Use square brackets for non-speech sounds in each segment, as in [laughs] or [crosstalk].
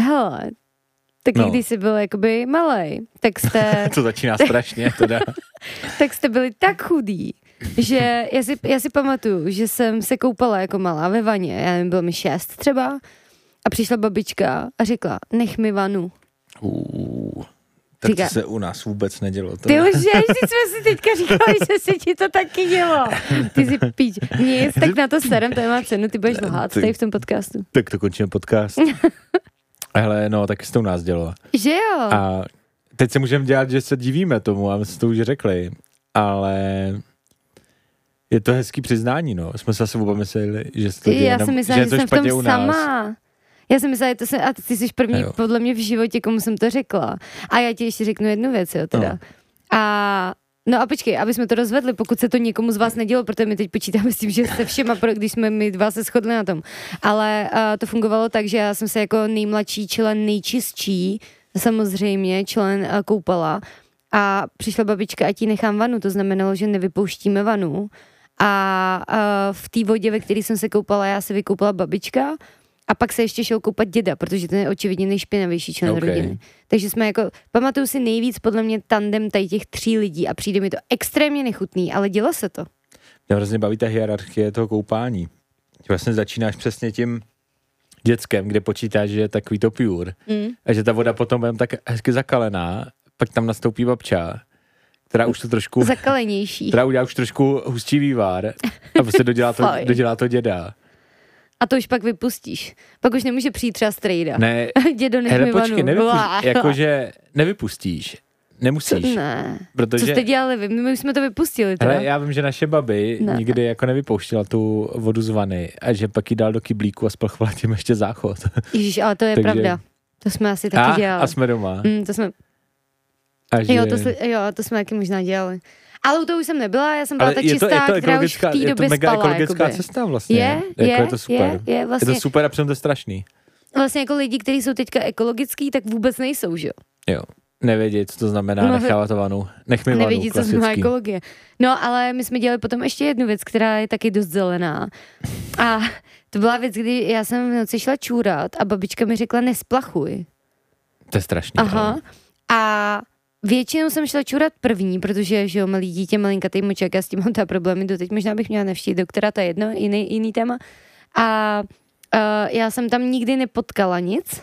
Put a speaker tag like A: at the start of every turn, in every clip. A: hele, tak no.
B: No.
A: když jsi byl jakoby malej, tak
B: [laughs]
A: jste,
B: To začíná strašně, teda.
A: tak jste byli tak chudí, že já si, já si pamatuju, že jsem se koupala jako malá ve vaně, já nevím, bylo mi šest třeba, a přišla babička a řekla, nech mi vanu.
B: Uuu, tak
A: Říká-
B: to se u nás vůbec nedělo. To
A: Ty už že, vždyť jsme si
B: [laughs]
A: teďka říkali, že se ti to taky dělo. Ty si píč. Nic, tak na to starém téma cenu, ty budeš lhát
B: Ty-
A: tady v tom podcastu.
B: Tak to
A: [laughs]
B: končíme podcast. Hele, no, tak se to u nás dělo.
A: Že jo?
B: A teď se můžeme dělat, že se divíme tomu, a my jsme to už řekli, ale je to hezký přiznání, no. Jsme se asi oba mysleli, že se to děje
A: Já
B: jenom,
A: jsem myslela,
B: je
A: že,
B: to
A: jsem v
B: špatně u
A: tom
B: nás.
A: sama. Já jsem myslela, že to jsem, a ty jsi první
B: Jo.
A: podle mě v životě, komu jsem to řekla. A já ti ještě řeknu jednu věc, jo, teda.
B: No.
A: A No a počkej, aby jsme to rozvedli, pokud se to někomu z vás nedělo, protože my teď počítáme s tím, že se všema, pro, když jsme my dva se shodli na tom. Ale uh, to fungovalo tak, že já jsem se jako nejmladší člen, nejčistší, samozřejmě člen uh, koupala a přišla babička a ti nechám vanu, to znamenalo, že nevypouštíme vanu. A uh, v té vodě, ve které jsem se koupala, já se vykoupala babička a pak se ještě šel koupat děda, protože ten je očividně nejšpinavější člen
B: Ok.
A: okay. rodiny. Takže jsme jako, pamatuju si nejvíc podle mě tandem tady těch tří lidí a přijde mi to extrémně nechutný, ale dělo se to.
B: Mě hrozně baví ta hierarchie toho koupání. Že vlastně začínáš přesně tím dětskem, kde počítáš, že je takový to pure. Mm. A že ta voda potom bude tak hezky zakalená, pak tam nastoupí babča, která už to trošku...
A: Zakalenější.
B: která udělá už trošku hustší vývar a prostě dodělá to,
A: Fajn.
B: dodělá to děda.
A: A to už pak vypustíš. Pak už nemůže přijít třeba strejda.
B: Ne,
A: [laughs] Dědo, nech
B: hele,
A: mi
B: počkej,
A: vanu. Uá.
B: nevypustíš,
A: [laughs]
B: jako jakože nevypustíš,
A: Co-
B: nemusíš,
A: Ne. Co
B: protože...
A: jste dělali vy? My už jsme to vypustili. Teda.
B: Hele, já vím, že naše babi
A: Ne.
B: ne. nikdy jako nevypouštěla tu vodu z vany a že pak ji dal do kyblíku a splchovala tím ještě záchod.
A: Ježíš, ale to je
B: takže- Ah,
A: pravda. To jsme asi taky
B: A,
A: dělali.
B: a jsme doma.
A: Mm, to jsme,
B: A že...
A: jo, to, sli- jo, to jsme taky možná dělali. Ale u toho už jsem nebyla, já jsem byla
B: ale
A: ta
B: je to, je
A: čistá,
B: to
A: která už v
B: ekologická,
A: té
B: je to
A: době
B: mega
A: spala.
B: ekologická
A: jakoby.
B: cesta vlastně.
A: Je, je,
B: jako je to super.
A: je, je, vlastně,
B: Je to super a přitom to je strašný.
A: vlastně jako lidi, kteří jsou teďka ekologický, tak vůbec nejsou, že jo?
B: Jo. Nevědět, co to znamená,
A: No,
B: no,
A: vy-
B: nechávat to vanu. Nech mi vanu,
A: Nevědí, co
B: klasický.
A: znamená ekologie. No, ale my jsme dělali potom ještě jednu věc, která je taky dost zelená. A to byla věc, kdy já jsem v noci šla čůrat a babička mi řekla, nesplachuj.
B: To je strašný. no.
A: Aha.
B: ale-
A: A většinou jsem šla čurat první, protože, že jo, malý dítě, malinkatý moček, já s tím mám ta problémy doteď, možná bych měla navštívit doktora, to je jedno, jiný, jiný téma. A uh, já jsem tam nikdy nepotkala nic,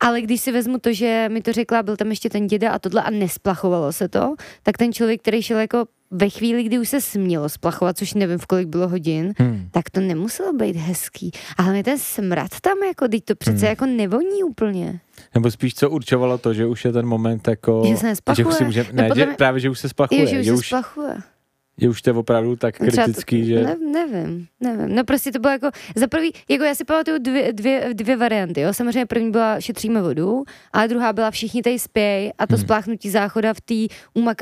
A: ale když si vezmu to, že mi to řekla, byl tam ještě ten děda a tohle a nesplachovalo se to, tak ten člověk, který šel jako ve chvíli, kdy už se smělo splachovat, což nevím, v kolik bylo hodin,
B: Hmm.
A: tak to nemuselo být hezký. A hlavně ten smrad tam, jako, teď to přece jako nevoní úplně.
B: Nebo spíš co určovalo to, že už je ten moment jako...
A: Že se nespachuje.
B: Že už si může,
A: No
B: ne,
A: podle
B: že,
A: mě-
B: právě, že už se splachuje.
A: Jo, že už
B: že,
A: se
B: už,
A: splachuje.
B: že už to je opravdu tak
A: Třeba
B: kritický,
A: to,
B: že...
A: Ne, nevím, nevím. No prostě to bylo jako, za prvý, jako já si pamatuju dvě, dvě, dvě varianty, jo. Samozřejmě první byla šetříme vodu, ale druhá byla všichni tady spěj a to hmm. spláchnutí záchoda v té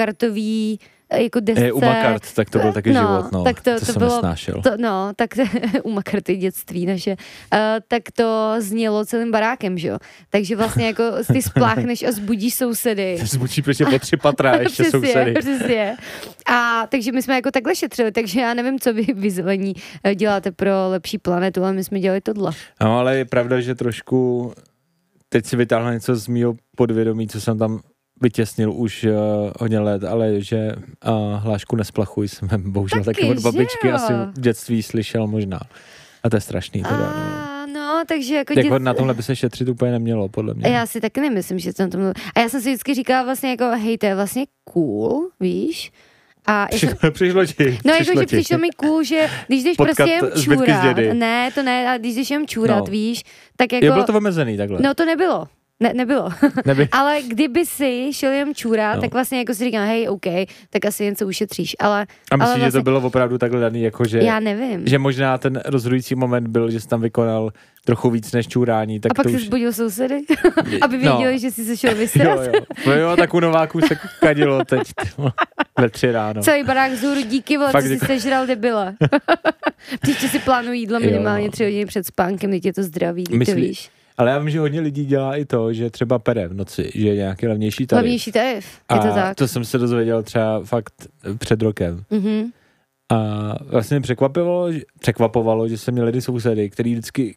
A: umakartový eh, jako desce.
B: Je u Makart, tak to byl taky
A: No,
B: život, no.
A: tak to- to
B: to, jsem
A: bylo-
B: nesnášel.
A: To, no, tak [laughs] umakarty dětství naše, uh, tak to znělo celým barákem, že jo. Takže vlastně jako ty spláchneš a zbudíš sousedy.
B: Zbučí prostě po
A: [laughs]
B: tři patra ještě sousedy.
A: Přesně. A takže my jsme jako takhle šetřili, takže já nevím, co vy, vy zelení eh, děláte pro lepší planetu, ale my jsme dělali tohle.
B: No ale je pravda, že trošku teď si vytáhla něco z mýho podvědomí, co jsem tam vytěsnil už uh, hodně let, ale že uh, hlášku nesplachuj jsem [laughs] bohužel taky,
A: Taky,
B: od babičky
A: že jo?
B: asi v dětství slyšel možná. A to je strašný
A: A,
B: teda. no.
A: no, takže jako
B: Jako na tomhle by se šetřit úplně nemělo, podle mě.
A: A já si taky nemyslím, že jsem to mluvila. A já jsem si vždycky říkala vlastně jako, hej, to je vlastně cool, víš? A já jsem,
B: Přišlo, přišlo ti.
A: No
B: přišlo
A: jakože
B: ti.
A: přišlo mi cool, že když jdeš
B: Potkat
A: prostě jen
B: zbytky z
A: čůrat,
B: dědy.
A: ne, to ne, ale když jdeš jen čůrat,
B: No.
A: víš, tak jako...
B: Jo, bylo to omezený takhle.
A: No to nebylo. Ne, nebylo.
B: [laughs] Neby...
A: [laughs] Ale kdyby si šel jen čůrat, no.
B: No.
A: tak vlastně jako si říkám, hej, OK, tak asi něco ušetříš, ale
B: A
A: ale
B: myslím, že
A: vlastně-
B: to bylo opravdu takhle daný, jakože...
A: já nevím.
B: Že možná ten rozhodující moment byl, že jsi tam vykonal trochu víc než čurání, tak
A: a pak
B: to
A: se
B: už... No.
A: zbudil
B: [laughs]
A: sousedy, aby věděli, že jsi se šel
B: Jo,
A: vysrat.
B: jo. No jo, tak u Nováků se kadilo teď ty vole, ve tři ráno.
A: Celý barák vzhůru, díky, vole,
B: Fakt
A: co jsi
B: děkuji.
A: sežral debila.
B: [laughs]
A: Příště si plánuji jídlo
B: Jo, no.
A: minimálně tři hodiny před spánkem, teď je to zdraví, ty to
B: Myslí-
A: víš.
B: Ale já vím, že hodně lidí dělá i to, že třeba pere v noci, že je nějaký levnější tarif.
A: Hlavnější tarif, je to
B: a
A: tak.
B: to jsem se dozvěděl třeba fakt před rokem.
A: Mhm.
B: A vlastně mě překvapilo, že- překvapovalo, že jsem měl lidi sousedy, který vždycky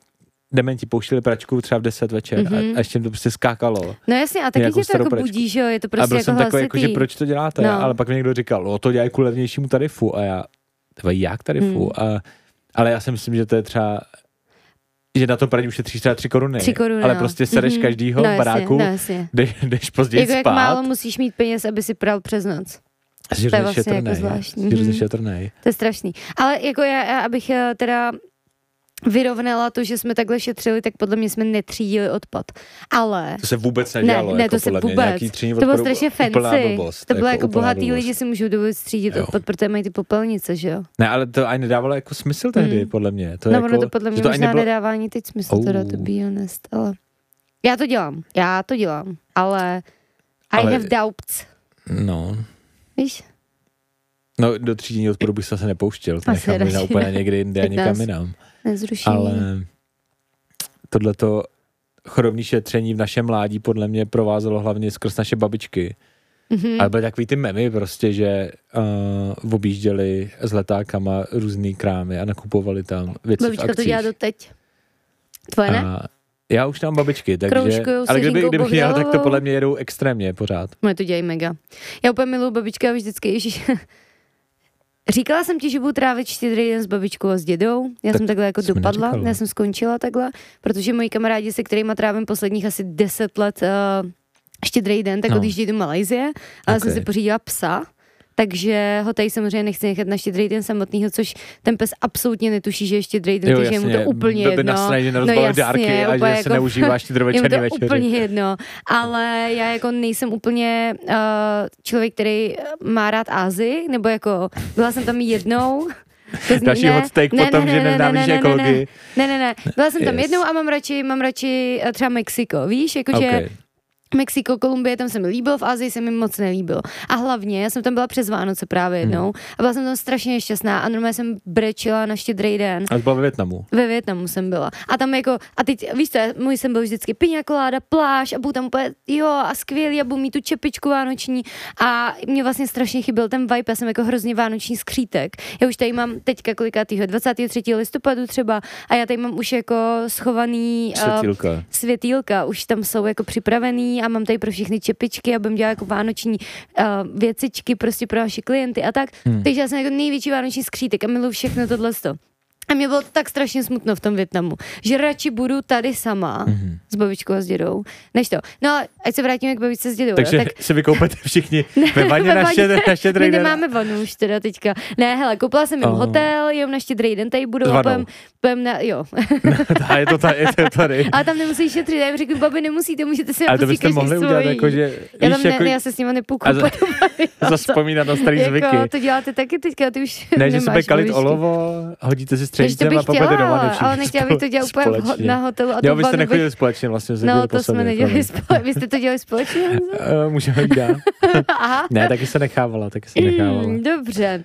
B: dementi pouštěli pračku třeba v 10 večer
A: Mhm.
B: mm-hmm. a, a ještě jim to prostě skákalo.
A: No jasně, a taky
B: Nějakou
A: tě to
B: starou
A: jako
B: pračku.
A: budí, že jo, je to
B: a
A: prostě
B: byl
A: jako
B: jsem takový, jako, že
A: hlasitý.
B: proč to děláte?
A: No.
B: No. Ale pak mi někdo říkal, no to dělají kvůli levnějšímu tarifu. A já, tvoje jak tarifu? Hmm. A, ale já si myslím, že to je třeba že na tom praní ušetříš třeba 3 koruny.
A: Tři koruny,
B: ale
A: no.
B: prostě sereš
A: Mhm.
B: každýho
A: No
B: v
A: jasně,
B: baráku,
A: no jasně.
B: jdeš, jdeš později
A: Jako jak
B: spát.
A: málo musíš mít peněz, aby si pral přes noc.
B: Jsi
A: to je
B: hrozně
A: vlastně jako
B: šetrnej,
A: zvláštní.
B: jsi hrozně
A: Mhm.
B: šetrnej.
A: To je strašný. Ale jako já, já abych eh, teda vyrovnala to, že jsme takhle šetřili, tak podle mě jsme netřídili odpad. Ale
B: To se vůbec nedělalo.
A: ne, ne,
B: jako
A: to se
B: podle mě,
A: vůbec.
B: nějaký třídní
A: To bylo
B: odpadu-
A: strašně
B: úplná
A: fancy.
B: Blbost,
A: to bylo jako,
B: úplná
A: bohatý
B: blbost.
A: lidi si můžou dovolit střídit
B: Jo.
A: odpad, protože mají ty popelnice, že jo?
B: Ne, ale to ani nedávalo jako smysl tehdy,
A: Mm.
B: podle mě. To
A: no,
B: jako,
A: ono to podle mě
B: že to
A: to
B: ani
A: možná
B: nebylo,
A: nedává ani teď smysl, oh. teda
B: Ou.
A: to be honest, ale... Já to dělám, já to dělám, ale... I
B: Ale-
A: have doubts,
B: No,
A: víš?
B: No, do třídění odporu bych se asi nepouštěl. To
A: Asi
B: nechám
A: radši
B: možná
A: ne.
B: úplně někdy jinde a
A: Tak
B: někam
A: [laughs] nás-
B: jinam.
A: Nezrušení.
B: Ale tohleto chorobní šetření v našem mládí podle mě provázelo hlavně skrz naše babičky.
A: Mhm.
B: Ale byly takový ty memy prostě, že uh, objížděli s letákama různý krámy a nakupovali tam věci v
A: Babička to
B: akcích.
A: dělá doteď. Tvoje ne?
B: A já už tam babičky, takže...
A: Kroužkujou se
B: Ale kdyby,
A: Žinkou
B: kdybych jel, tak to
A: Bohdalovou.
B: podle mě jedou extrémně pořád.
A: Moje to dělají mega. Já úplně miluju babička a vždycky, ježiš. [laughs] Říkala jsem ti, že budu trávit čtyři den s babičkou a s dědou. Já
B: Tak
A: jsem takhle jako
B: jsi mi
A: dopadla,
B: neříkala.
A: já jsem skončila takhle, protože moji kamarádi, se kterými trávím posledních asi deset let uh, štědrý den, tak
B: No.
A: no. odjíždí do Malajzie, ale okay. jsem
B: Ok.
A: si pořídila psa, takže ho tady samozřejmě nechci nechat na štědrý den samotnýho, což ten pes absolutně netuší, že je štědrý den, takže je mu to úplně
B: Byl by
A: jedno.
B: nasraný, že
A: no
B: nerozbalil
A: jasně,
B: dárky a že
A: úplně
B: se
A: jako- [laughs]
B: neužíváš ty
A: je mi to
B: večery.
A: úplně jedno, ale já jako nejsem úplně uh, člověk, který eh, má rád Ázii, nebo jako byla jsem tam jednou. To zní-
B: [laughs] Další hot take potom, že nenávidíš ekologii.
A: Ne, ne, ne, byla jsem tam
B: Yes.
A: jednou a mám radši, mám radši eh, třeba Mexiko, víš, jakože
B: Okay.
A: Mexiko, Kolumbie, tam se mi líbilo, v Asii se mi moc nelíbilo. A hlavně, já jsem tam byla přes Vánoce právě
B: Mhm.
A: jednou a byla jsem tam strašně nešťastná a normálně jsem brečela na štědrý den.
B: A to bylo ve Větnamu.
A: Ve Větnamu jsem byla. A tam jako, a teď, víš co, já- můj jsem byl vždycky piňa koláda, pláž a budu tam úplně, jo, a skvělý, a budu mít tu čepičku vánoční. A mě vlastně strašně chyběl ten vibe, já jsem jako hrozně vánoční skřítek. Já už tady mám teďka kolikátýho, 23. listopadu třeba, a já tady mám už jako schovaný... eh,
B: Světílka.
A: světýlka, už tam jsou jako připravený a mám tady pro všechny čepičky, abym dělala jako vánoční uh, věcičky prostě pro naše klienty a tak. Hmm. Takže já jsem jako největší vánoční skřítek a miluji všechno tohle A mě bylo tak strašně smutno v tom Větnamu, že radši budu tady sama
B: Mhm.
A: mm-hmm. s babičkou a s dědou, než to. No a ať se vrátíme k babičce s dědou.
B: Takže [laughs]
A: jo, tak
B: se vykoupete
A: [laughs]
B: všichni ve vaně
A: ve
B: na,
A: vaně.
B: štědr,
A: [laughs]
B: na štědrý
A: my
B: den. [laughs]
A: nemáme vanu už teda teďka. Ne, hele, koupila jsem jim
B: Oh.
A: hotel, jenom na štědrý den tady
B: S
A: budou a
B: vanou.
A: pojem, pojem na, jo.
B: A je to tady. Je to tady.
A: A tam nemusí šetřit, já jim řeknu, babi, nemusíte, můžete si
B: Ale to
A: napustit
B: byste
A: každý
B: mohli
A: svojí.
B: udělat jako, že
A: Já
B: víš,
A: tam ne,
B: jako,
A: ne, já se s nima nepůku.
B: [laughs] a za- zaspomínat na starý
A: no jako,
B: zvyky.
A: to děláte taky teďka, ty už
B: Ne,
A: nemáš
B: že si bude kalit
A: babičky.
B: olovo, hodíte si
A: Takže to
B: střenicem a
A: bych
B: popete do
A: chtěla,
B: vany
A: ale
B: všichni
A: nechtěla bych to dělat úplně v-
B: jako společně.
A: na hotelu. A
B: Jo,
A: to
B: vy
A: vanu
B: jste
A: bych-
B: nechodili společně, vlastně jste
A: No,
B: chodili po
A: to jsme
B: sobě,
A: nedělali
B: jako.
A: společně. Vy jste to dělali společně?
B: [laughs] Eh, Můžeme
A: [laughs]
B: jít dál.
A: Aha.
B: Ne, taky se nechávala, taky se nechávala.
A: Mm, dobře.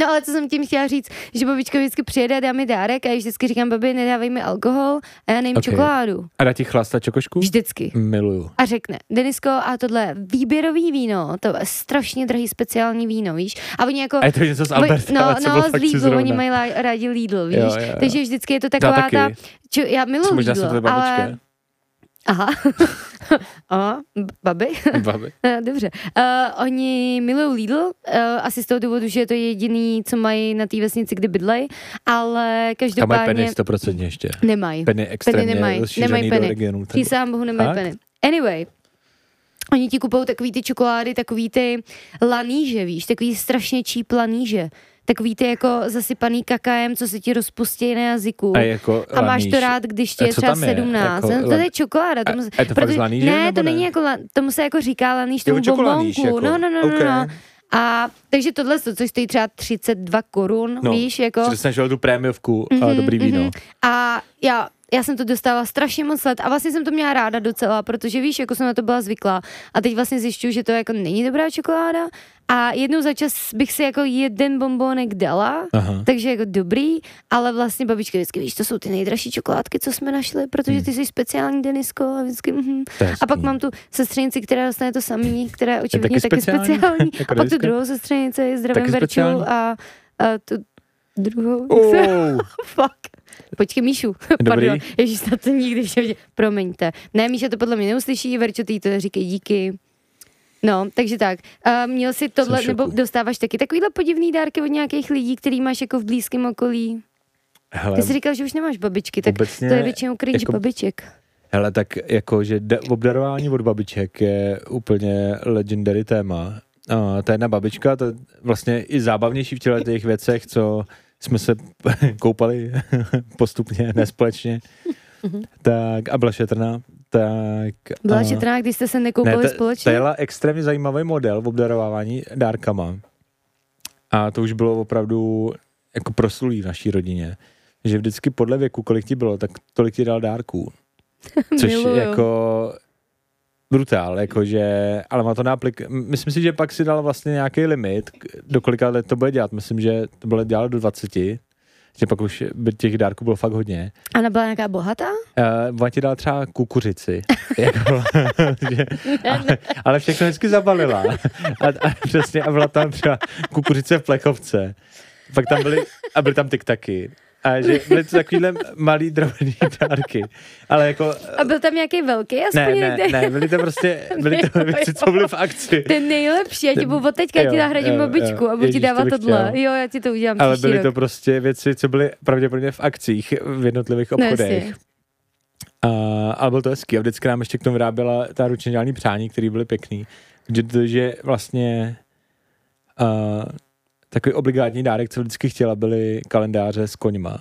A: No ale co jsem tím chtěla říct, že babička vždycky přijede a dá mi dárek a já vždycky říkám, babi, nedávej mi alkohol a já nejím
B: Ok.
A: okay. čokoládu.
B: A dá ti chlasta čokošku?
A: Vždycky.
B: Miluju.
A: A řekne, Denisko, a tohle je výběrový víno, to je strašně drahý speciální víno, víš? A oni jako...
B: A je to něco z
A: Oni-
B: Alberta,
A: no,
B: ale co
A: no,
B: bylo
A: z
B: fakt
A: Lidlu,
B: zrovna.
A: oni mají lá- rádi Lidl, víš?
B: Jo, jo, jo.
A: Takže vždycky je to taková
B: taky.
A: ta... Čo, já miluji
B: Možná
A: Lidl,
B: jsem to
A: ale...
B: babička.
A: Aha. [laughs] a, babi? [laughs]
B: [laughs] Babi.
A: Eh, Dobře. Uh, oni milují Lidl, uh, asi z toho důvodu, že je to jediný, co mají na té vesnici, kde bydlej, ale
B: Tam mají peny
A: každopádně...
B: 100% ještě.
A: Nemají.
B: Peny extrémně
A: nemají,
B: rozšířený
A: nemají
B: do
A: peny.
B: regionu.
A: Přísahám bohu, nemají
B: Fakt?
A: peny. Anyway, oni ti kupují takový ty čokolády, takový ty laníže, víš, takový strašně číp laníže. Takový ty jako zasypaný kakaem, co se ti rozpustí na jazyku.
B: A, jako
A: A máš to
B: laníž.
A: rád, když ti
B: A
A: je
B: co
A: třeba
B: tam je?
A: 17.
B: Jako
A: no, to
B: lan-
A: je čokoláda. Tomu,
B: A- a je to fakt z laníže,
A: ne,
B: nebo
A: to není
B: ne?
A: jako, lan- tomu se jako říká laníž,
B: Jo,
A: tomu
B: čokoláníž
A: bombonku.
B: jako.
A: No, no, no, no,
B: Ok.
A: no. A takže tohle, což stojí třeba 32 korun,
B: No,
A: víš, jako... Mhm,
B: Že jsi našel tu prémiovku a dobrý víno.
A: Mm-hmm. A já, já jsem to dostala strašně moc let a vlastně jsem to měla ráda docela, protože víš, jako jsem na to byla zvyklá. A teď vlastně zjišťuju, že to jako není dobrá čokoláda. A jednou za čas bych si jako jeden bombonek dala,
B: Aha.
A: takže jako dobrý, ale vlastně babička vždycky, víš, to jsou ty nejdražší čokoládky, co jsme našli, protože
B: Hmm.
A: ty jsi speciální Denisko a vždycky, mhm.
B: To je hezký.
A: A pak mám tu sestřenici, která dostane to samý, která je očividně
B: taky
A: taky speciální.
B: speciální, jako
A: a pak tu
B: Denisko.
A: druhou sestřenici, zdravím
B: Taky
A: Verču
B: speciální.
A: [laughs] a, a tu druhou.
B: Oh,
A: Fuck. Počkej, Míšu. [laughs]
B: Dobrý.
A: Pardon. Ježíš, snad to nikdy v životě. Promiňte. Ne, Míša to podle mě neuslyší, Verčo, ty jí to říkej díky. No, takže tak. Uh, měl jsi tohle,
B: v
A: nebo
B: šoku.
A: dostáváš taky takovýhle podivný dárky od nějakých lidí, který máš jako v blízkém okolí?
B: Hele,
A: Ty jsi říkal, že už nemáš babičky, tak
B: obecně
A: to je většinou cringe
B: jako-
A: jako... babiček.
B: hele tak jako, že da- obdarování od babiček je úplně legendary téma. A ta jedna babička, to je vlastně i zábavnější v těchto těch věcech, co jsme se [laughs] koupali [laughs] postupně, nespolečně. tak a byla šetrná. Tak,
A: Byla
B: a-
A: šetrná, když jste se nekoupali
B: ta-
A: společně?
B: ta jela extrémně zajímavý model v obdarovávání dárkama. A to už bylo opravdu jako proslulý v naší rodině. Že vždycky podle věku, kolik ti bylo, tak tolik ti dal dárků. Což
A: Miluju.
B: jako brutál, jakože, ale má to náplik. Myslím si, že pak si dal vlastně nějaký limit, k- do kolika let to bude dělat. Myslím, že to bylo dělat do 20, že pak už by těch dárků bylo fakt hodně.
A: Ana byla nějaká bohatá?
B: Uh, ona ti dala třeba kukuřici. [laughs] jako, že, ale, ale všechno hezky zabalila. A, a, přesně, a byla tam třeba kukuřice v plechovce. Pak tam byly, a byly tam tiktaky. A že byly to takovýhle malý drobný dárky. Ale jako...
A: A byl tam nějaký velký? Aspoň
B: Ne, ne,
A: [laughs] někde?
B: ne, byly to prostě, byly to
A: Ne,
B: věci, co byly v akci.
A: To je nejlepší, já ti
B: Ten-
A: budu od teďka, já ti
B: jo,
A: nahradím
B: jo,
A: babičku
B: jo.
A: a budu ti
B: Ježíš, to
A: dávat
B: bych
A: tohle.
B: chtěl.
A: Jo, já ti to udělám
B: Ale
A: příští
B: byly to
A: rok.
B: prostě věci, co byly pravděpodobně v akcích v jednotlivých
A: No,
B: obchodech.
A: jasně.
B: A, ale byl to hezký. A vždycky nám ještě k tomu vyráběla ta ručně dělaný přání, které byly pěkný. Že to, že vlastně uh, takový obligátní dárek, co vždycky chtěla, byly kalendáře s koňma.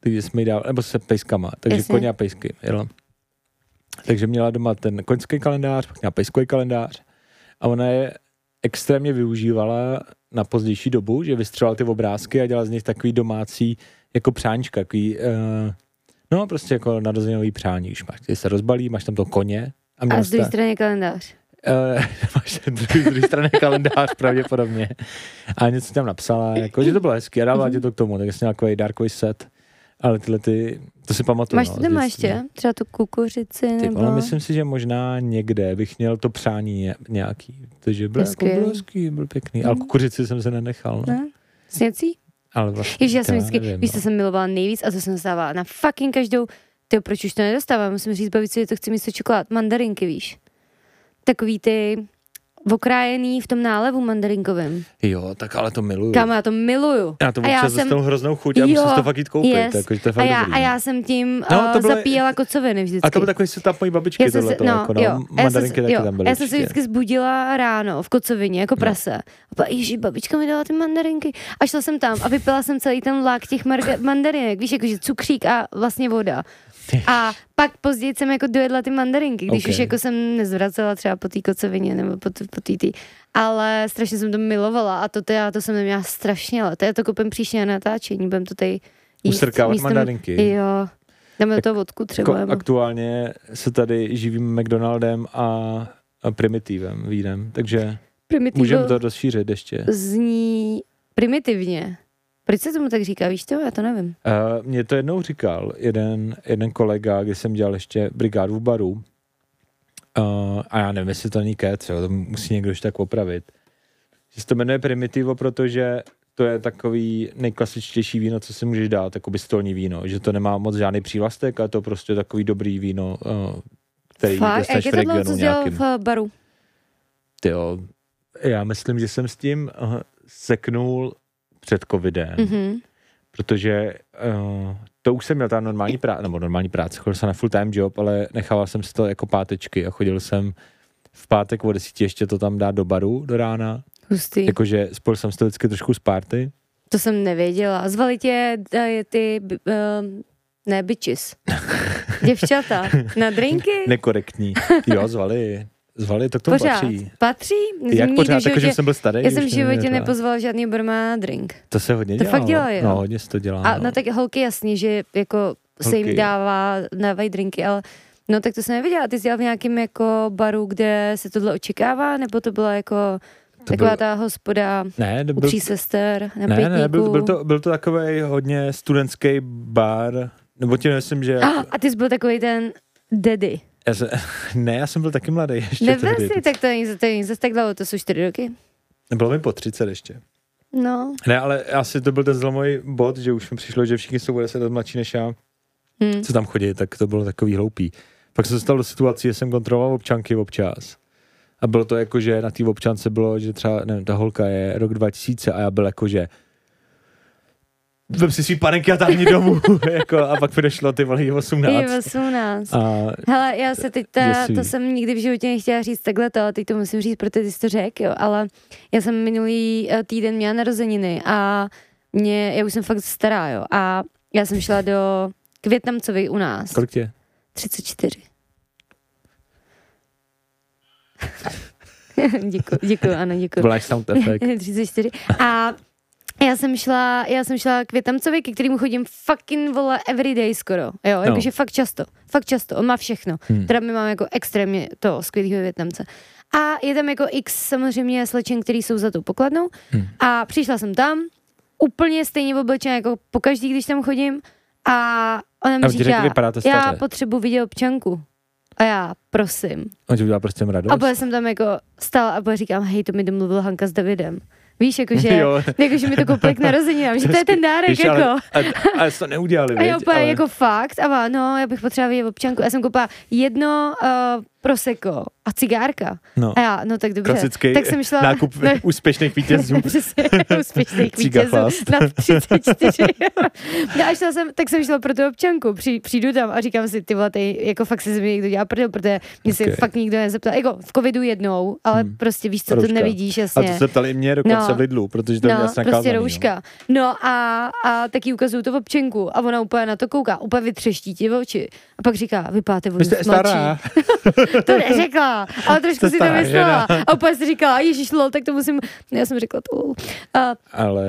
B: Takže jsme jí dávali, nebo se pejskama, takže
A: Jasně.
B: koně a pejsky. Jela. Takže měla doma ten koňský kalendář, pak měla pejskový kalendář a ona je extrémně využívala na pozdější dobu, že vystřelala ty obrázky a dělala z nich takový domácí jako přáníčka, takový, uh, no prostě jako narozeninový přání, když máš, když se rozbalí, máš tam to koně a
A: A
B: měla
A: z druhé
B: jste, [laughs]
A: strany kalendář.
B: uh, máš ten druhý, druhý strany kalendář pravděpodobně a něco tam napsala, jako, že to bylo hezký a dávala ti to k tomu, tak jsi měl takový dárkový set, ale tyhle ty, to si pamatuju.
A: Máš
B: no,
A: to
B: z
A: doma
B: dětství.
A: ještě? Třeba tu kukuřici
B: Ty,
A: nebo...
B: ale myslím si, že možná někde bych měl to přání ně- nějaký. Takže byl jako
A: Hezký. Mhm.
B: byl hezký, byl pěkný. Ale kukuřici jsem se nenechal. No.
A: Ne? Sněcí?
B: Ale vlastně,
A: Ježiš, já jsem
B: to
A: vždycky,
B: nevím,
A: víš,
B: no.
A: co jsem milovala nejvíc a to jsem dostávala na fucking každou, ty proč už to nedostávám, musím říct, bavit se, že to chci místo čokolád, mandarinky, víš. Takový ty okrájený v tom nálevu mandarinkovém.
B: Jo, tak ale to miluju.
A: Kámo, já to miluju.
B: Já to
A: a já
B: občas
A: jsem,
B: dostanu hroznou chuť a
A: Jo,
B: musím si to fakt jít koupit.
A: yes.
B: Yes. Jako, že to je
A: a,
B: fakt
A: já,
B: dobrý.
A: a já jsem tím
B: No,
A: no,
B: to
A: uh,
B: bylo-
A: zapíjela kocoviny vždycky.
B: a to byl takový setup mojí babičky,
A: jsem
B: tohle
A: se-
B: to, jako, no,
A: já jsem
B: mandarinky
A: se-
B: taky
A: jo,
B: tam byly.
A: Já jsem se
B: určitě. No.
A: vždycky zbudila ráno v kocovině, jako prase. A pak, ježi, babička mi dala ty mandarinky. A šla jsem tam a vypila jsem celý ten lák těch marga- mandarinek, víš, jakože cukřík a vlastně voda. A pak později jsem jako dojedla ty mandarinky, když
B: Ok.
A: okay. už jako jsem nezvracela třeba po té kocovině nebo po, t- po té tý. Ale strašně jsem to milovala a to, teda, to jsem neměla strašně let. Já to koupím příště na natáčení, budem to tady jíst.
B: Ustrkávat
A: místem-
B: mandarinky.
A: Jo, dáme do
B: Tak
A: toho vodku třeba.
B: Jako,
A: nebo-
B: aktuálně se tady živím McDonaldem a, a primitivem, vínem. Takže
A: Primitivo-
B: můžeme to rozšířit ještě.
A: zní primitivně. Proč se tomu tak říká, víš to? Já to nevím.
B: Uh, mě to jednou říkal jeden, jeden kolega, když jsem dělal ještě brigádu v baru. Uh, a já nevím, jestli to není kec, jo, to musí někdo už tak opravit. Že se to jmenuje Primitivo, protože to je takový nejklasičtější víno, co si můžeš dát, jako by stolní víno. Že to nemá moc žádný přívlastek, ale to je prostě takový dobrý víno, uh, který
A: Fakt? A jak
B: dostaneš
A: je
B: v
A: tohle,
B: regionu
A: co jsi dělal
B: nějakým.
A: v eh, baru?
B: Tyjo, já myslím, že jsem s tím uh, seknul před covidem
A: Mhm.
B: protože uh, to už jsem měl tam normální práci, nebo normální práci, chodil jsem na full time job, ale nechával jsem si to jako pátečky a chodil jsem v pátek o desíti ještě to tam dát do baru do rána,
A: Hustý.
B: jakože spojil jsem si to vždycky trošku z party.
A: To jsem nevěděla. Zvali tě eh, ty... Uh, ne,
B: [laughs]
A: bitches. Děvčata. Na drinky?
B: Nekorektní. Jo, zvali, zvali, to k tomu
A: pořád.
B: patří.
A: Patří? Já
B: Jak
A: nikdy v
B: pořád,
A: životě-
B: jakože jsem byl starý.
A: já
B: že
A: jsem v
B: už to není
A: životě
B: taková-
A: nepozvala žádný barmana na drink.
B: To se hodně
A: To
B: dělá.
A: fakt dělají, jo.
B: No, hodně se to dělá.
A: A
B: no.
A: no tak holky jasně, že jako se jim
B: Holky.
A: dává, dávají drinky, ale no tak to jsem neviděla. Ty jsi dělal v nějakém jako baru, kde se tohle očekává, nebo to byla jako to taková
B: byl-
A: ta hospoda
B: ne, to
A: u
B: byl,
A: tří sester na
B: ne, ne, byl,
A: Pětníku?
B: byl, to, byl to takový hodně studentský bar, nebo ti
A: [gasps]
B: myslím, že... jako
A: Ah, a ty jsi byl takový ten daddy.
B: Já jsem, [laughs] ne, já jsem byl taky mladý ještě
A: Nebyl
B: tehdy.
A: jsi, tak to není, to není zase tak dlouho, to jsou čtyři roky.
B: Bylo mi po 30 ještě.
A: No.
B: Ne, ale asi to byl ten zlomový bod, že už mi přišlo, že všichni jsou o 10 let mladší než já,
A: Hmm.
B: co tam chodí, tak to bylo takový hloupý. Pak jsem se dostal do situací, že jsem kontroloval občanky občas. A bylo to jako, že na té občance bylo, že třeba, nevím, ta holka je rok 2000 a já byl jako, že vem si svý panenky a táhni domů. [laughs] jako, a pak mi došlo ty vole, je 18.
A: Je 18.
B: A
A: Hele, já se teď, ta,
B: Děsivý.
A: to jsem nikdy v životě nechtěla říct takhle to, ale teď to musím říct, protože ty jsi to řekl, jo, ale já jsem minulý eh, týden měla narozeniny a mě, já už jsem fakt stará, jo, a já jsem šla do Květnamcovy u nás,
B: kolik tě?
A: 34. [laughs] děkuji, děkuji, ano,
B: To
A: děkuji.
B: byl nice sound
A: [laughs]
B: effect.
A: 34. A já jsem šla, já jsem šla k Větamcovi, ke kterému chodím fucking vole everyday skoro. Jo, no. jakože fakt často, fakt často, on má všechno. Hmm. Teda my máme jako extrémně to skvělého Větnamce. A je tam jako x samozřejmě slečen, který jsou za tou pokladnou. Hmm. A přišla jsem tam, úplně stejně oblečená jako po každý, když tam chodím. A ona mi
B: A on ti řekl,
A: říká,
B: vypadáte
A: já
B: staře."
A: potřebuji vidět občanku. A já, prosím.
B: On ti udělal prostě radost.
A: A byla jsem tam jako stála a byla říkám, hej, to mi domluvil Hanka s Davidem. Víš, jakože,
B: [laughs] Jo.
A: jakože mi to koupili k narozeninám, že to je ten dárek,
B: Víš,
A: jako.
B: Ale, a, ale jsi to neudělali,
A: a
B: viď?
A: já úplně
B: ale...
A: jako fakt, a má, no, já bych potřebovala vidět občanku. Já jsem koupila jedno uh, proseko a cigárka.
B: No.
A: A já, no tak dobře.
B: Klasický
A: tak jsem šla,
B: nákup
A: ne, [laughs]
B: úspěšných vítězů.
A: Přesně, jako
B: [laughs]
A: úspěšných vítězů
B: Cigafast. [laughs]
A: na 34. [laughs] no a šla jsem, tak jsem šla pro tu občanku, při, přijdu tam a říkám si, ty vole, ty, jako fakt si se mi někdo dělá prdel, protože mě okay.
B: Okay.
A: se fakt nikdo nezeptal, jako v covidu jednou, ale hmm. prostě víš, co
B: Rouška.
A: to nevidíš,
B: A
A: jasně.
B: to se ptali mě dokonce
A: No.
B: v Lidlu, protože to je
A: No,
B: jasně
A: prostě
B: nakázaný,
A: rouška. No a, a taky ukazuju to v občenku a ona úplně na to kouká, úplně vytřeští ti oči. A pak říká, vypáte
B: Vy
A: vodu
B: jste stará.
A: to neřekla, ale trošku
B: Jste
A: si to
B: stará
A: myslela. A úplně si říkala, ježiš lol, tak to musím, já jsem řekla to lol. A,
B: Ale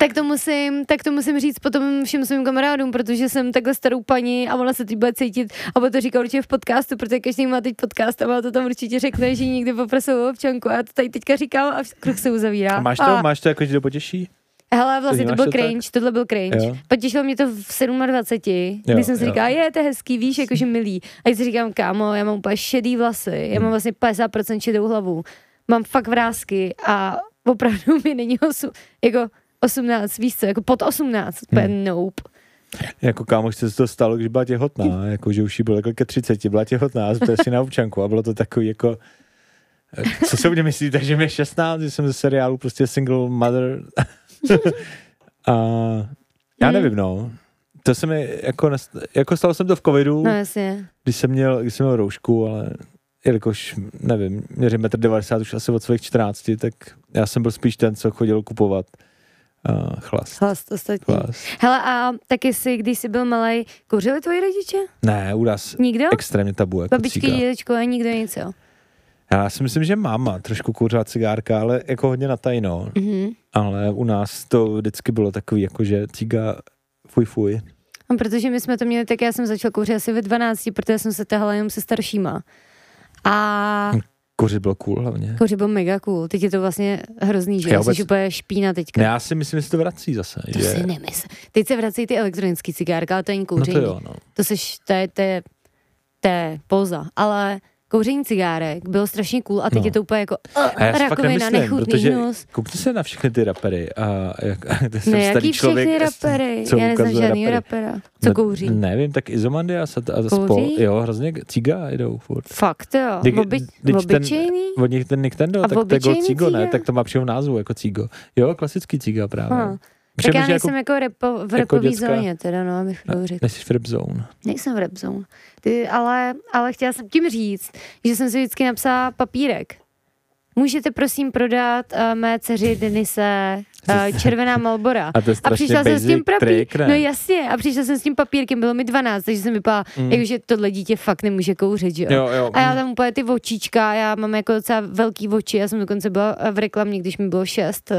A: tak to musím, tak to musím říct potom všem svým kamarádům, protože jsem takhle starou paní a ona se teď bude cítit, a bude to říká určitě v podcastu, protože každý má teď podcast a ona to tam určitě řekne, že ji někdy poprosil o občanku a já to tady teďka říkám a vš- kruh se uzavírá.
B: a máš to, máš to jako, že to potěší?
A: Hele, vlastně to
B: Vnímáš
A: byl
B: to tak?
A: cringe, tohle byl cringe.
B: Jo.
A: Potěšilo mě to v 27,
B: Jo,
A: kdy jsem si
B: jo.
A: říkala, je, to je hezký, víš, jakože milý. A já si říkám, kámo, já mám úplně šedý vlasy,
B: Hmm.
A: já mám vlastně 50% šedou hlavu, mám fakt vrázky a opravdu mi není osu, jako 18, víš co, jako pod 18, úplně
B: Hmm.
A: nope.
B: Jako kámo, se to stalo, když byla těhotná, jako že už jí bylo jako ke 30, byla těhotná, zbyl si na občanku a bylo to takový jako co se o mě myslíte, že mi je 16, že jsem ze seriálu prostě single mother [laughs] a já nevím, no. To se mi, jako, nast- jako stalo jsem to v covidu,
A: No jasně.
B: když jsem měl, když jsem měl roušku, ale jelikož, nevím, měřím 1,90 m už asi od svých 14, tak já jsem byl spíš ten, co chodil kupovat uh, chlast.
A: Hlas ostatní.
B: Chlast.
A: Hele, a taky si, když jsi byl malý, kouřili tvoji rodiče?
B: Ne, u nás
A: Nikdo?
B: extrémně tabu, jako
A: No. Babičky,
B: cíga.
A: dědečko a nikdo nic, jo.
B: Já si myslím, že máma trošku kouřila cigárka, ale jako hodně na tajno.
A: Mhm.
B: Ale u nás to vždycky bylo takový, jako že cíga fuj fuj.
A: No, protože my jsme to měli, tak já jsem začala kouřit asi ve 12, protože jsem se tahala jenom se staršíma. A
B: Kouřit bylo cool hlavně.
A: kouřit byl mega cool. Teď je to vlastně hrozný, že
B: Já
A: já jsi
B: vůbec-
A: úplně špína teďka.
B: Ne, já si myslím, že se to vrací zase.
A: to
B: že...
A: si nemysl. Teď se vracejí ty elektronické cigárka, ale to není
B: no
A: kouření.
B: to jo, no.
A: to, seš, to, je, to, je, to je pouza. Ale kouření cigárek bylo strašně cool a teď
B: No.
A: no. je to úplně jako uh,
B: A já si fakt
A: rakovina,
B: nemyslím,
A: nechutný
B: protože
A: hnus.
B: koukni se na všechny ty rapery a jak, [laughs] to jsem
A: Ne, No,
B: starý
A: jaký
B: člověk,
A: všechny
B: co-
A: rapery?
B: co
A: já neznám
B: ukazuje
A: žádný
B: rapery.
A: rapera. Co
B: No,
A: kouří?
B: Nevím, tak Izomandias a, a spol,
A: Kouří?
B: jo, hrozně cíga jdou furt.
A: Fakt jo.
B: Kdy-
A: Obyč,
B: když ten-
A: obyčejný?
B: Od nich ten Nintendo,
A: A
B: tak to je
A: obyčejný
B: Cigo, ne?
A: cíga?
B: Tak to má přímo názvu jako Cigo. Jo, klasický Ciga právě.
A: Huh. Tak
B: Přijeme,
A: já
B: že
A: nejsem jako, repo, v
B: jako
A: repový
B: děcka-
A: zóně, teda no, abych to řekl.
B: Nejsi v rap zone.
A: Nejsem v rap zóně. Ty, ale, ale chtěla jsem tím říct, že jsem si vždycky napsala papírek. Můžete prosím prodat uh, mé dceři Denise
B: [laughs]
A: uh, červená Malbora.
B: A to je
A: A
B: strašně
A: přišla jsem s tím
B: basic trik,
A: papírkem.
B: ne?
A: No jasně, a přišla jsem s tím papírkem, bylo mi 12, takže jsem vypadala, mm. jako, že tohle dítě fakt nemůže kouřit, že jo.
B: Jo, jo.
A: A já tam úplně ty očička, já mám jako docela velký oči, já jsem dokonce byla eh, v reklamě, když mi bylo šest. eh,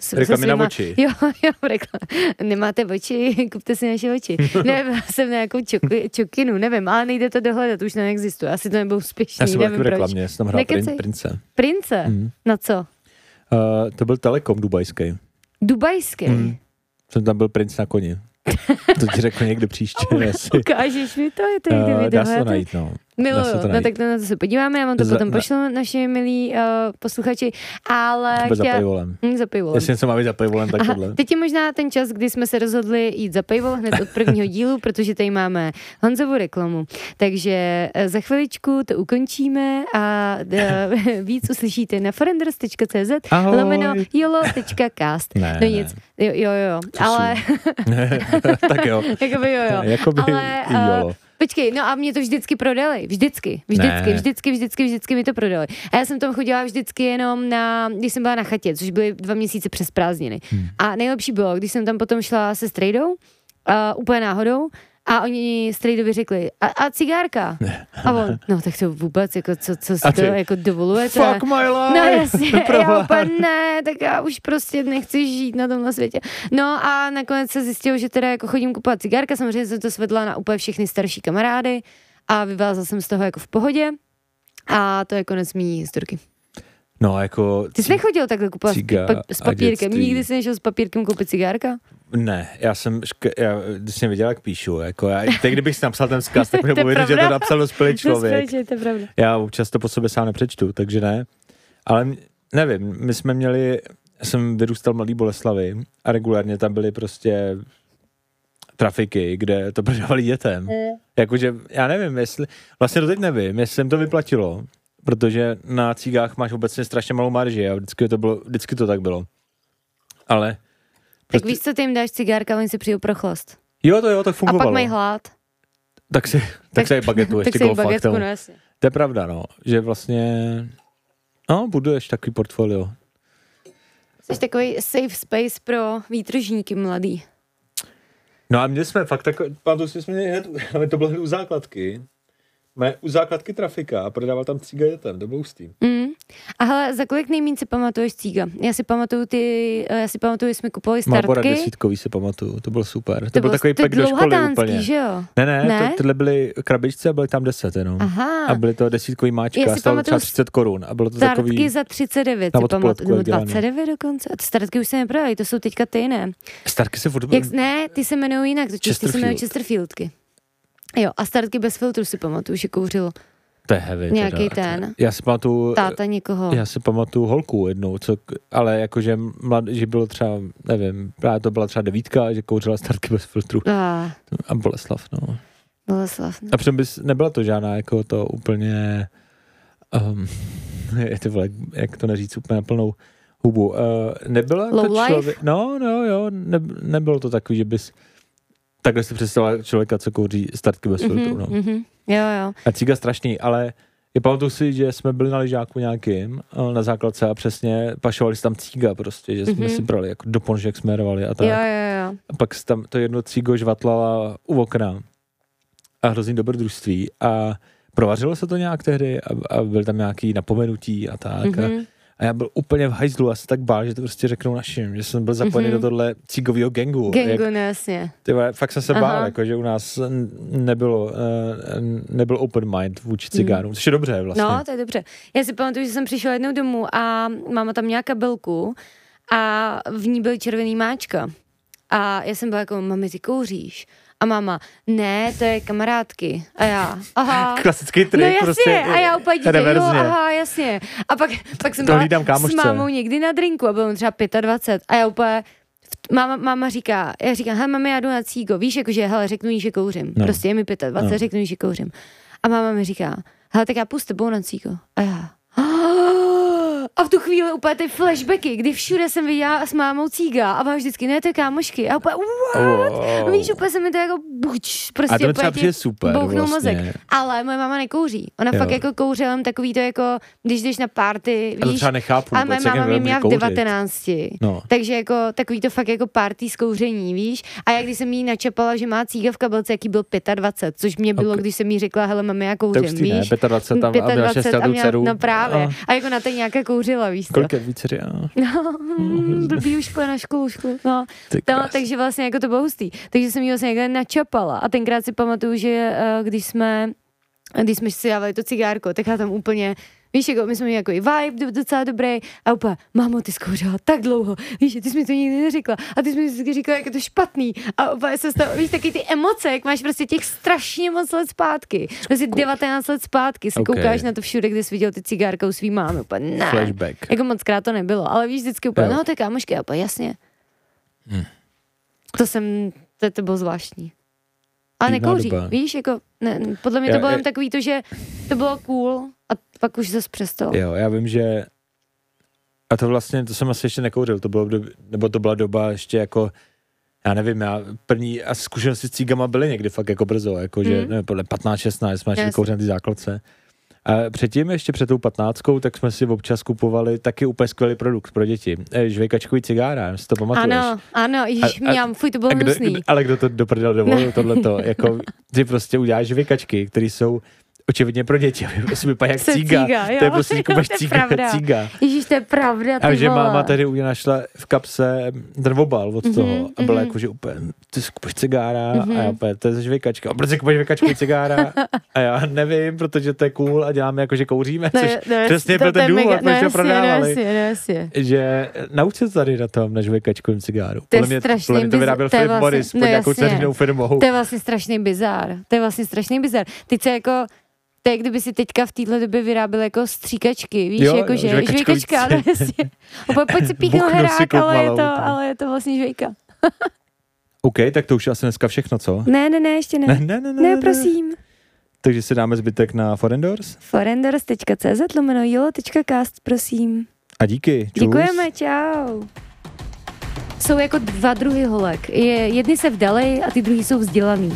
A: s- se
B: Reklamy na
A: svýma-
B: oči.
A: [laughs] Jo, jo, v reklamě. Nemáte oči, [laughs] kupte si naše oči.
B: [laughs]
A: ne, byla jsem na nějakou čoky, čokinu, nevím, ale nejde to dohledat, už to neexistuje, asi to nebylo úspěšný,
B: Já jsem byl
A: nevím
B: taky v
A: proč.
B: reklamě, jsem tam hrál prin,
A: Nekecej.
B: prince.
A: Prince,
B: Mm.
A: na co?
B: Uh, to byl Telekom dubajský.
A: Dubajský.
B: Mm. Jsem tam byl princ na [laughs] koni. to ti řeknu někdy příště. asi.
A: Ukážeš mi to, je to
B: Eh,
A: někde
B: dá se to
A: uh,
B: najít, no. Dá se
A: Miluju,
B: to
A: no
B: najít.
A: tak to na to se podíváme, já vám to
B: Za-
A: potom
B: ne.
A: pošlu, naši milí uh, posluchači, ale
B: Nebo za pivolem.
A: Hm, za pivolem.
B: Jestli něco má být za pivolem, tak
A: Aha,
B: tohle.
A: teď je možná ten čas, kdy jsme se rozhodli jít za pivo hned od prvního dílu, protože tady máme Honzovu reklamu. Takže eh, za chviličku to ukončíme a eh, [laughs] víc uslyšíte na forenders.cz
B: Ahoj.
A: lomeno jolo.cast.
B: Ne,
A: No
B: ne.
A: nic, jo, jo, jo.
B: Co
A: ale
B: [laughs] tak jo.
A: [laughs] jakoby jo, jo.
B: [laughs] Jakoby
A: ale,
B: i
A: eh,
B: jolo.
A: Počkej, no a mě to vždycky prodali. Vždycky, vždycky,
B: Ne.
A: vždycky, vždycky, vždycky mi to prodali. A já jsem tam chodila vždycky jenom na, když jsem byla na chatě, což byly dva měsíce přes prázdniny.
B: Hmm.
A: A nejlepší bylo, když jsem tam potom šla se strejdou, uh, úplně náhodou, a oni strejdovi řekli, a, a cigárka. A on, no tak to vůbec, jako co, co si
B: A
A: to
B: ty,
A: jako dovolujete.
B: Fuck my life!
A: No
B: [laughs]
A: jasně, já
B: Problém.
A: úplně ne, tak já už prostě nechci žít na tomhle světě. No a nakonec se zjistilo, že teda jako chodím kupovat cigárka, samozřejmě jsem to svedla na úplně všechny starší kamarády a vyvázla jsem z toho jako v pohodě. A to je konec mý historky.
B: No, jako...
A: Ty jsi nechodil takhle kupovat
B: Ciga
A: Ciga s
B: a
A: papírkem?
B: dětství.
A: Nikdy jsi nešel s papírkem koupit cigárka?
B: Ne, já jsem, šk- já, když jsem viděl, jak píšu, jako já, teď kdybych si napsal ten vzkaz, tak mi
A: To je
B: povědět, že
A: pravda.
B: [laughs] to napsal dospělý člověk.
A: To je pravda.
B: Já občas to po sobě sám nepřečtu, takže ne. Ale m- nevím, my jsme měli, já jsem vyrůstal v Mladý Boleslavi a regulárně tam byly prostě trafiky, kde to prodávali dětem. Jakože, já nevím, jestli, vlastně doteď nevím, jestli jim to vyplatilo, protože na cígách máš obecně strašně malou marži a vždycky to, bylo, vždycky to tak bylo. Ale
A: Tak
B: prostě-
A: víš, co ty jim dáš cigárka, oni si přijou pro chlast.
B: Jo, to jo, tak
A: A
B: fungovalo.
A: pak mají hlad.
B: Tak si, tak, tak si
A: [laughs]
B: bagetu
A: tak
B: ještě
A: si jim
B: golfa k
A: bagetku,
B: tomu.
A: no jasně.
B: To je pravda, no. Že vlastně, no, buduješ takový portfolio.
A: Jsi takový safe space pro výtržníky mladý.
B: No a měli jsme fakt tak, pamatuju si, jsme měli hned, [laughs] ale to bylo hned u základky. Mé, u základky trafika a prodával tam cigaretem, to bylo hustý.
A: Mm. A hele, za kolik nejmín si pamatuješ cíga? Já si pamatuju ty, eh, já si pamatuju, že jsme kupovali
B: Malbora
A: startky.
B: desítkový si pamatuju, to byl super. To, to byl
A: bylo-
B: takový
A: to je
B: pek do školy
A: dlouhatánský,
B: úplně.
A: že jo?
B: Ne, ne,
A: Ne?
B: ne? To, tyhle byly krabičce a byly tam deset jenom.
A: Aha.
B: A byly to desítkový
A: Já
B: máčka,
A: si
B: stálo
A: pamatuju
B: třeba 30 korun a bylo to
A: Startky
B: takový...
A: za 39,
B: Na
A: si
B: odpoledku
A: pamatuju,
B: je
A: nebo
B: dělaný.
A: 29 dokonce. A ty startky už se neprodají, to jsou teďka ty, ne?
B: Startky se furt...
A: Jak, ne, ty se jmenují jinak, totiž ty se jmenují
B: Chesterfield.
A: Chesterfieldky. Jo, a startky bez filtru si pamatuju, že kouřilo
B: To je heavy.
A: Nějaký
B: teda.
A: ten.
B: Já si pamatuju...
A: táta někoho.
B: Já si pamatuju holku jednou, co, k- ale jakože mlad, že bylo třeba, nevím, právě to byla třeba devítka, že kouřila startky bez filtru
A: A,
B: a Boleslav, no.
A: Boleslav. no.
B: A přitom bys, nebyla to žádná jako to úplně, um, je to vole, [laughs] jak, jak to neříct úplně na plnou hubu. Uh, nebyla
A: Low
B: to
A: life?
B: člověk, no, no, jo, ne, nebylo to takový, že bys takhle si představila člověka, co kouří startky bez filtru,
A: Mhm,
B: no.
A: mhm. Jo, jo.
B: A ciga strašný, ale je pamatuju si, že jsme byli na lyžáku nějakým eh, na základce a přesně pašovali si tam cíga prostě, že jsme
A: Mhm.
B: si brali jako do ponožek jsme rvali a tak.
A: Jo, jo, jo.
B: A pak se tam to jedno cígo žvatlala u okna a hrozný dobrodružství a provařilo se to nějak tehdy a, a byl tam nějaký napomenutí a tak. A,
A: Mhm.
B: a já byl úplně v hajzlu a se tak bál, že to prostě řeknou našim, že jsem byl zapojený
A: Mhm.
B: do tohle cígového gangu. Jak,
A: Gengu, no jasně.
B: ty vole, fakt jsem se
A: Aha.
B: Aha. bál, jako, že u nás n- nebylo, eh, n- nebyl open mind vůči cigárům, což je dobře vlastně.
A: Mhm. No, to je dobře. Já si pamatuju, že jsem přišla jednou domů a máma tam měla kabelku a v ní byl červený máčka. A já jsem byla jako, mami, ty kouříš? A máma, ne, to je kamarádky. A já, aha.
B: Klasický trik,
A: no jasně,
B: prostě
A: a já úplně dítě, jo,
B: reverzně.
A: aha, jasně. A pak, pak jsem
B: To
A: byla
B: hlídám
A: s
B: kámošce.
A: mámou někdy na drinku a bylo mi třeba 25 a já úplně, v- Máma, máma říká, já říkám, hele mami, já jdu na cígo, víš, jakože, hele, řeknu jí, že kouřím, no.
B: No.
A: prostě je mi 25, no.
B: No.
A: řeknu jí, že kouřím. A máma mi říká, hele, tak já půjdu s tebou na cígo. A já, a v tu chvíli úplně ty flashbacky, kdy všude jsem viděla s mámou cíga a mám vždycky, ne, to je kámošky. A úplně, what?
B: Wow.
A: Víš, úplně se mi to jako buč, prostě
B: A to mi
A: úplně
B: třeba
A: ti
B: přijde super
A: bouchnul
B: vlastně.
A: mozek. Ale moje máma nekouří. Ona jo.
B: Jo.
A: fakt jako kouří jenom takový to jako, když jdeš na party,
B: Já to
A: víš.
B: třeba nechápu.
A: ale moje
B: vůbec, jak
A: máma
B: někdo
A: mě měla
B: nemůže
A: v
B: kouřit.
A: 19.
B: No.
A: Takže jako takový to fakt jako party z kouření, víš? A jak když jsem jí načepala, že má cíga v kabelce, jaký byl 25, což mě bylo,
B: Ok.
A: když jsem jí řekla, hele, mami, já
B: To
A: kouřím,
B: už ty ne,
A: víš?
B: 25 tam a měla 6
A: 25 a měla,
B: dceru.
A: no právě.
B: A
A: A jako na to nějaká kouřila, víš co?
B: kolik je víc dcer? A-
A: No, [laughs] mm, blbý už škola na školu, školu. No.
B: Ty
A: No,
B: krás.
A: takže vlastně jako to bylo hustý. Takže jsem ji vlastně někde načapala a tenkrát si pamatuju, že eh, když jsme když jsme si dávali to cigárko, tak já tam úplně Víš, jako my jsme měli jako i vibe do- docela dobrý a úplně, mámo, ty zkouřila tak dlouho, víš, ty jsi mi to nikdy neřekla a ty jsi mi vždycky říkala, jak je to špatný a úplně se stalo, víš, taky ty emoce, jak máš prostě těch strašně moc let zpátky, prostě 19 let zpátky se
B: Ok.
A: okay. koukáš na to všude, kde jsi viděl ty cigárka u svý mámy, úplně ne,
B: Flashback.
A: jako moc krát to nebylo, ale víš, vždycky úplně,
B: Jo. Hm.
A: no to je kámošky, a úplně, jasně. To jsem, to, to bylo zvláštní. A
B: Divná
A: nekouří,
B: doba.
A: víš, jako, ne, podle mě to
B: Já-
A: bylo
B: já-
A: jen takový to, že to bylo cool a pak už zase přestalo.
B: Jo, já vím, že a to vlastně, to jsem asi ještě nekouřil, to bylo, v dob- nebo to byla doba ještě jako, já nevím, já první a zkušenosti s cígama byly někdy fakt jako brzo, jako že,
A: Mhm.
B: nevím, podle 15, 16 jsme ještě
A: Jasně.
B: kouřili na ty základce. A předtím, ještě před tou patnáctkou, tak jsme si občas kupovali taky úplně skvělý produkt pro děti. Eh, Žvejkačkový cigára, jestli to pamatuješ.
A: Ano, ano, ježiš,
B: A- a-
A: mňám, fuj, to bylo
B: A kdo,
A: hnusný.
B: kdo, ale kdo to doprdel
A: No.
B: dovolil tohleto? Jako, ty prostě uděláš žvejkačky, které jsou očividně pro děti. [laughs] Prostě vypadá jak
A: Jsou
B: cíga.
A: cíga,
B: to je
A: jo,
B: prostě, že
A: jo, [laughs]
B: kupuješ
A: to je
B: cíga,
A: pravda.
B: cíga.
A: Ježíš, to je pravda, ty
B: A že
A: vole.
B: máma tady u mě našla v kapse ten obal od toho a byla
A: mhm.
B: jako, že úplně, ty si kupuješ cigára a já úplně, to je ze žvejkačka. A proč si kupuješ
A: [laughs]
B: žvejkačku cigára? A já nevím, protože to je cool a děláme jako, že kouříme, což přesně byl ten důvod, proč ho prodávali.
A: No, jasně, no, jasně.
B: Že nauč se tady na tom, na žvejkačkovém cigáru.
A: To je
B: Podle mě,
A: strašně
B: podle mě to
A: bizar-
B: vyráběl
A: to je
B: Filip
A: vlastně-
B: Morris pod
A: no
B: nějakou
A: jasně.
B: ceřinou firmou.
A: To je vlastně strašný bizár. To je vlastně strašný bizár. Teď se jako to je, kdyby si teďka v téhle době vyrábil jako stříkačky, víš,
B: Jo,
A: jako
B: jo,
A: že
B: žvejkačkový
A: žvejkačka, ale
B: cík.
A: jasně. [laughs] Opa, pojď
B: [laughs]
A: si píknout
B: Buchnu si
A: herák,
B: kluk
A: ale je,
B: malou,
A: to,
B: tak.
A: ale je to vlastně žvejka.
B: OK, tak to už je asi dneska všechno, co?
A: Ne, ne, ne, ještě ne.
B: Ne, ne, ne, ne,
A: Ne, prosím.
B: Takže si dáme zbytek na Forendors
A: forendors.cz lomeno jolo.cast, prosím.
B: a díky. Čus.
A: Děkujeme, čau. Jsou jako dva druhy holek. Je, jedny se vdali a ty druhý jsou vzdělaný.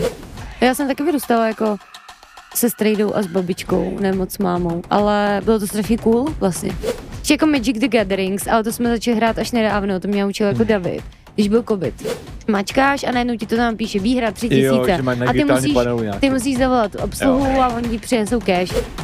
A: Já jsem taky vyrůstala jako se strejdou a s babičkou, ne moc s mámou, ale bylo to strašně cool vlastně. Ještě jako Magic the Gatherings, ale to jsme začali hrát až nedávno, to mě naučil
B: Hmm.
A: jako David, když byl covid. Mačkáš a najednou ti to tam píše výhra tři
B: Jo,
A: tisíce
B: že mají na
A: a ty
B: digitální
A: musíš,
B: panou nějakou.
A: ty musíš zavolat obsluhu a oni ti přinesou cash.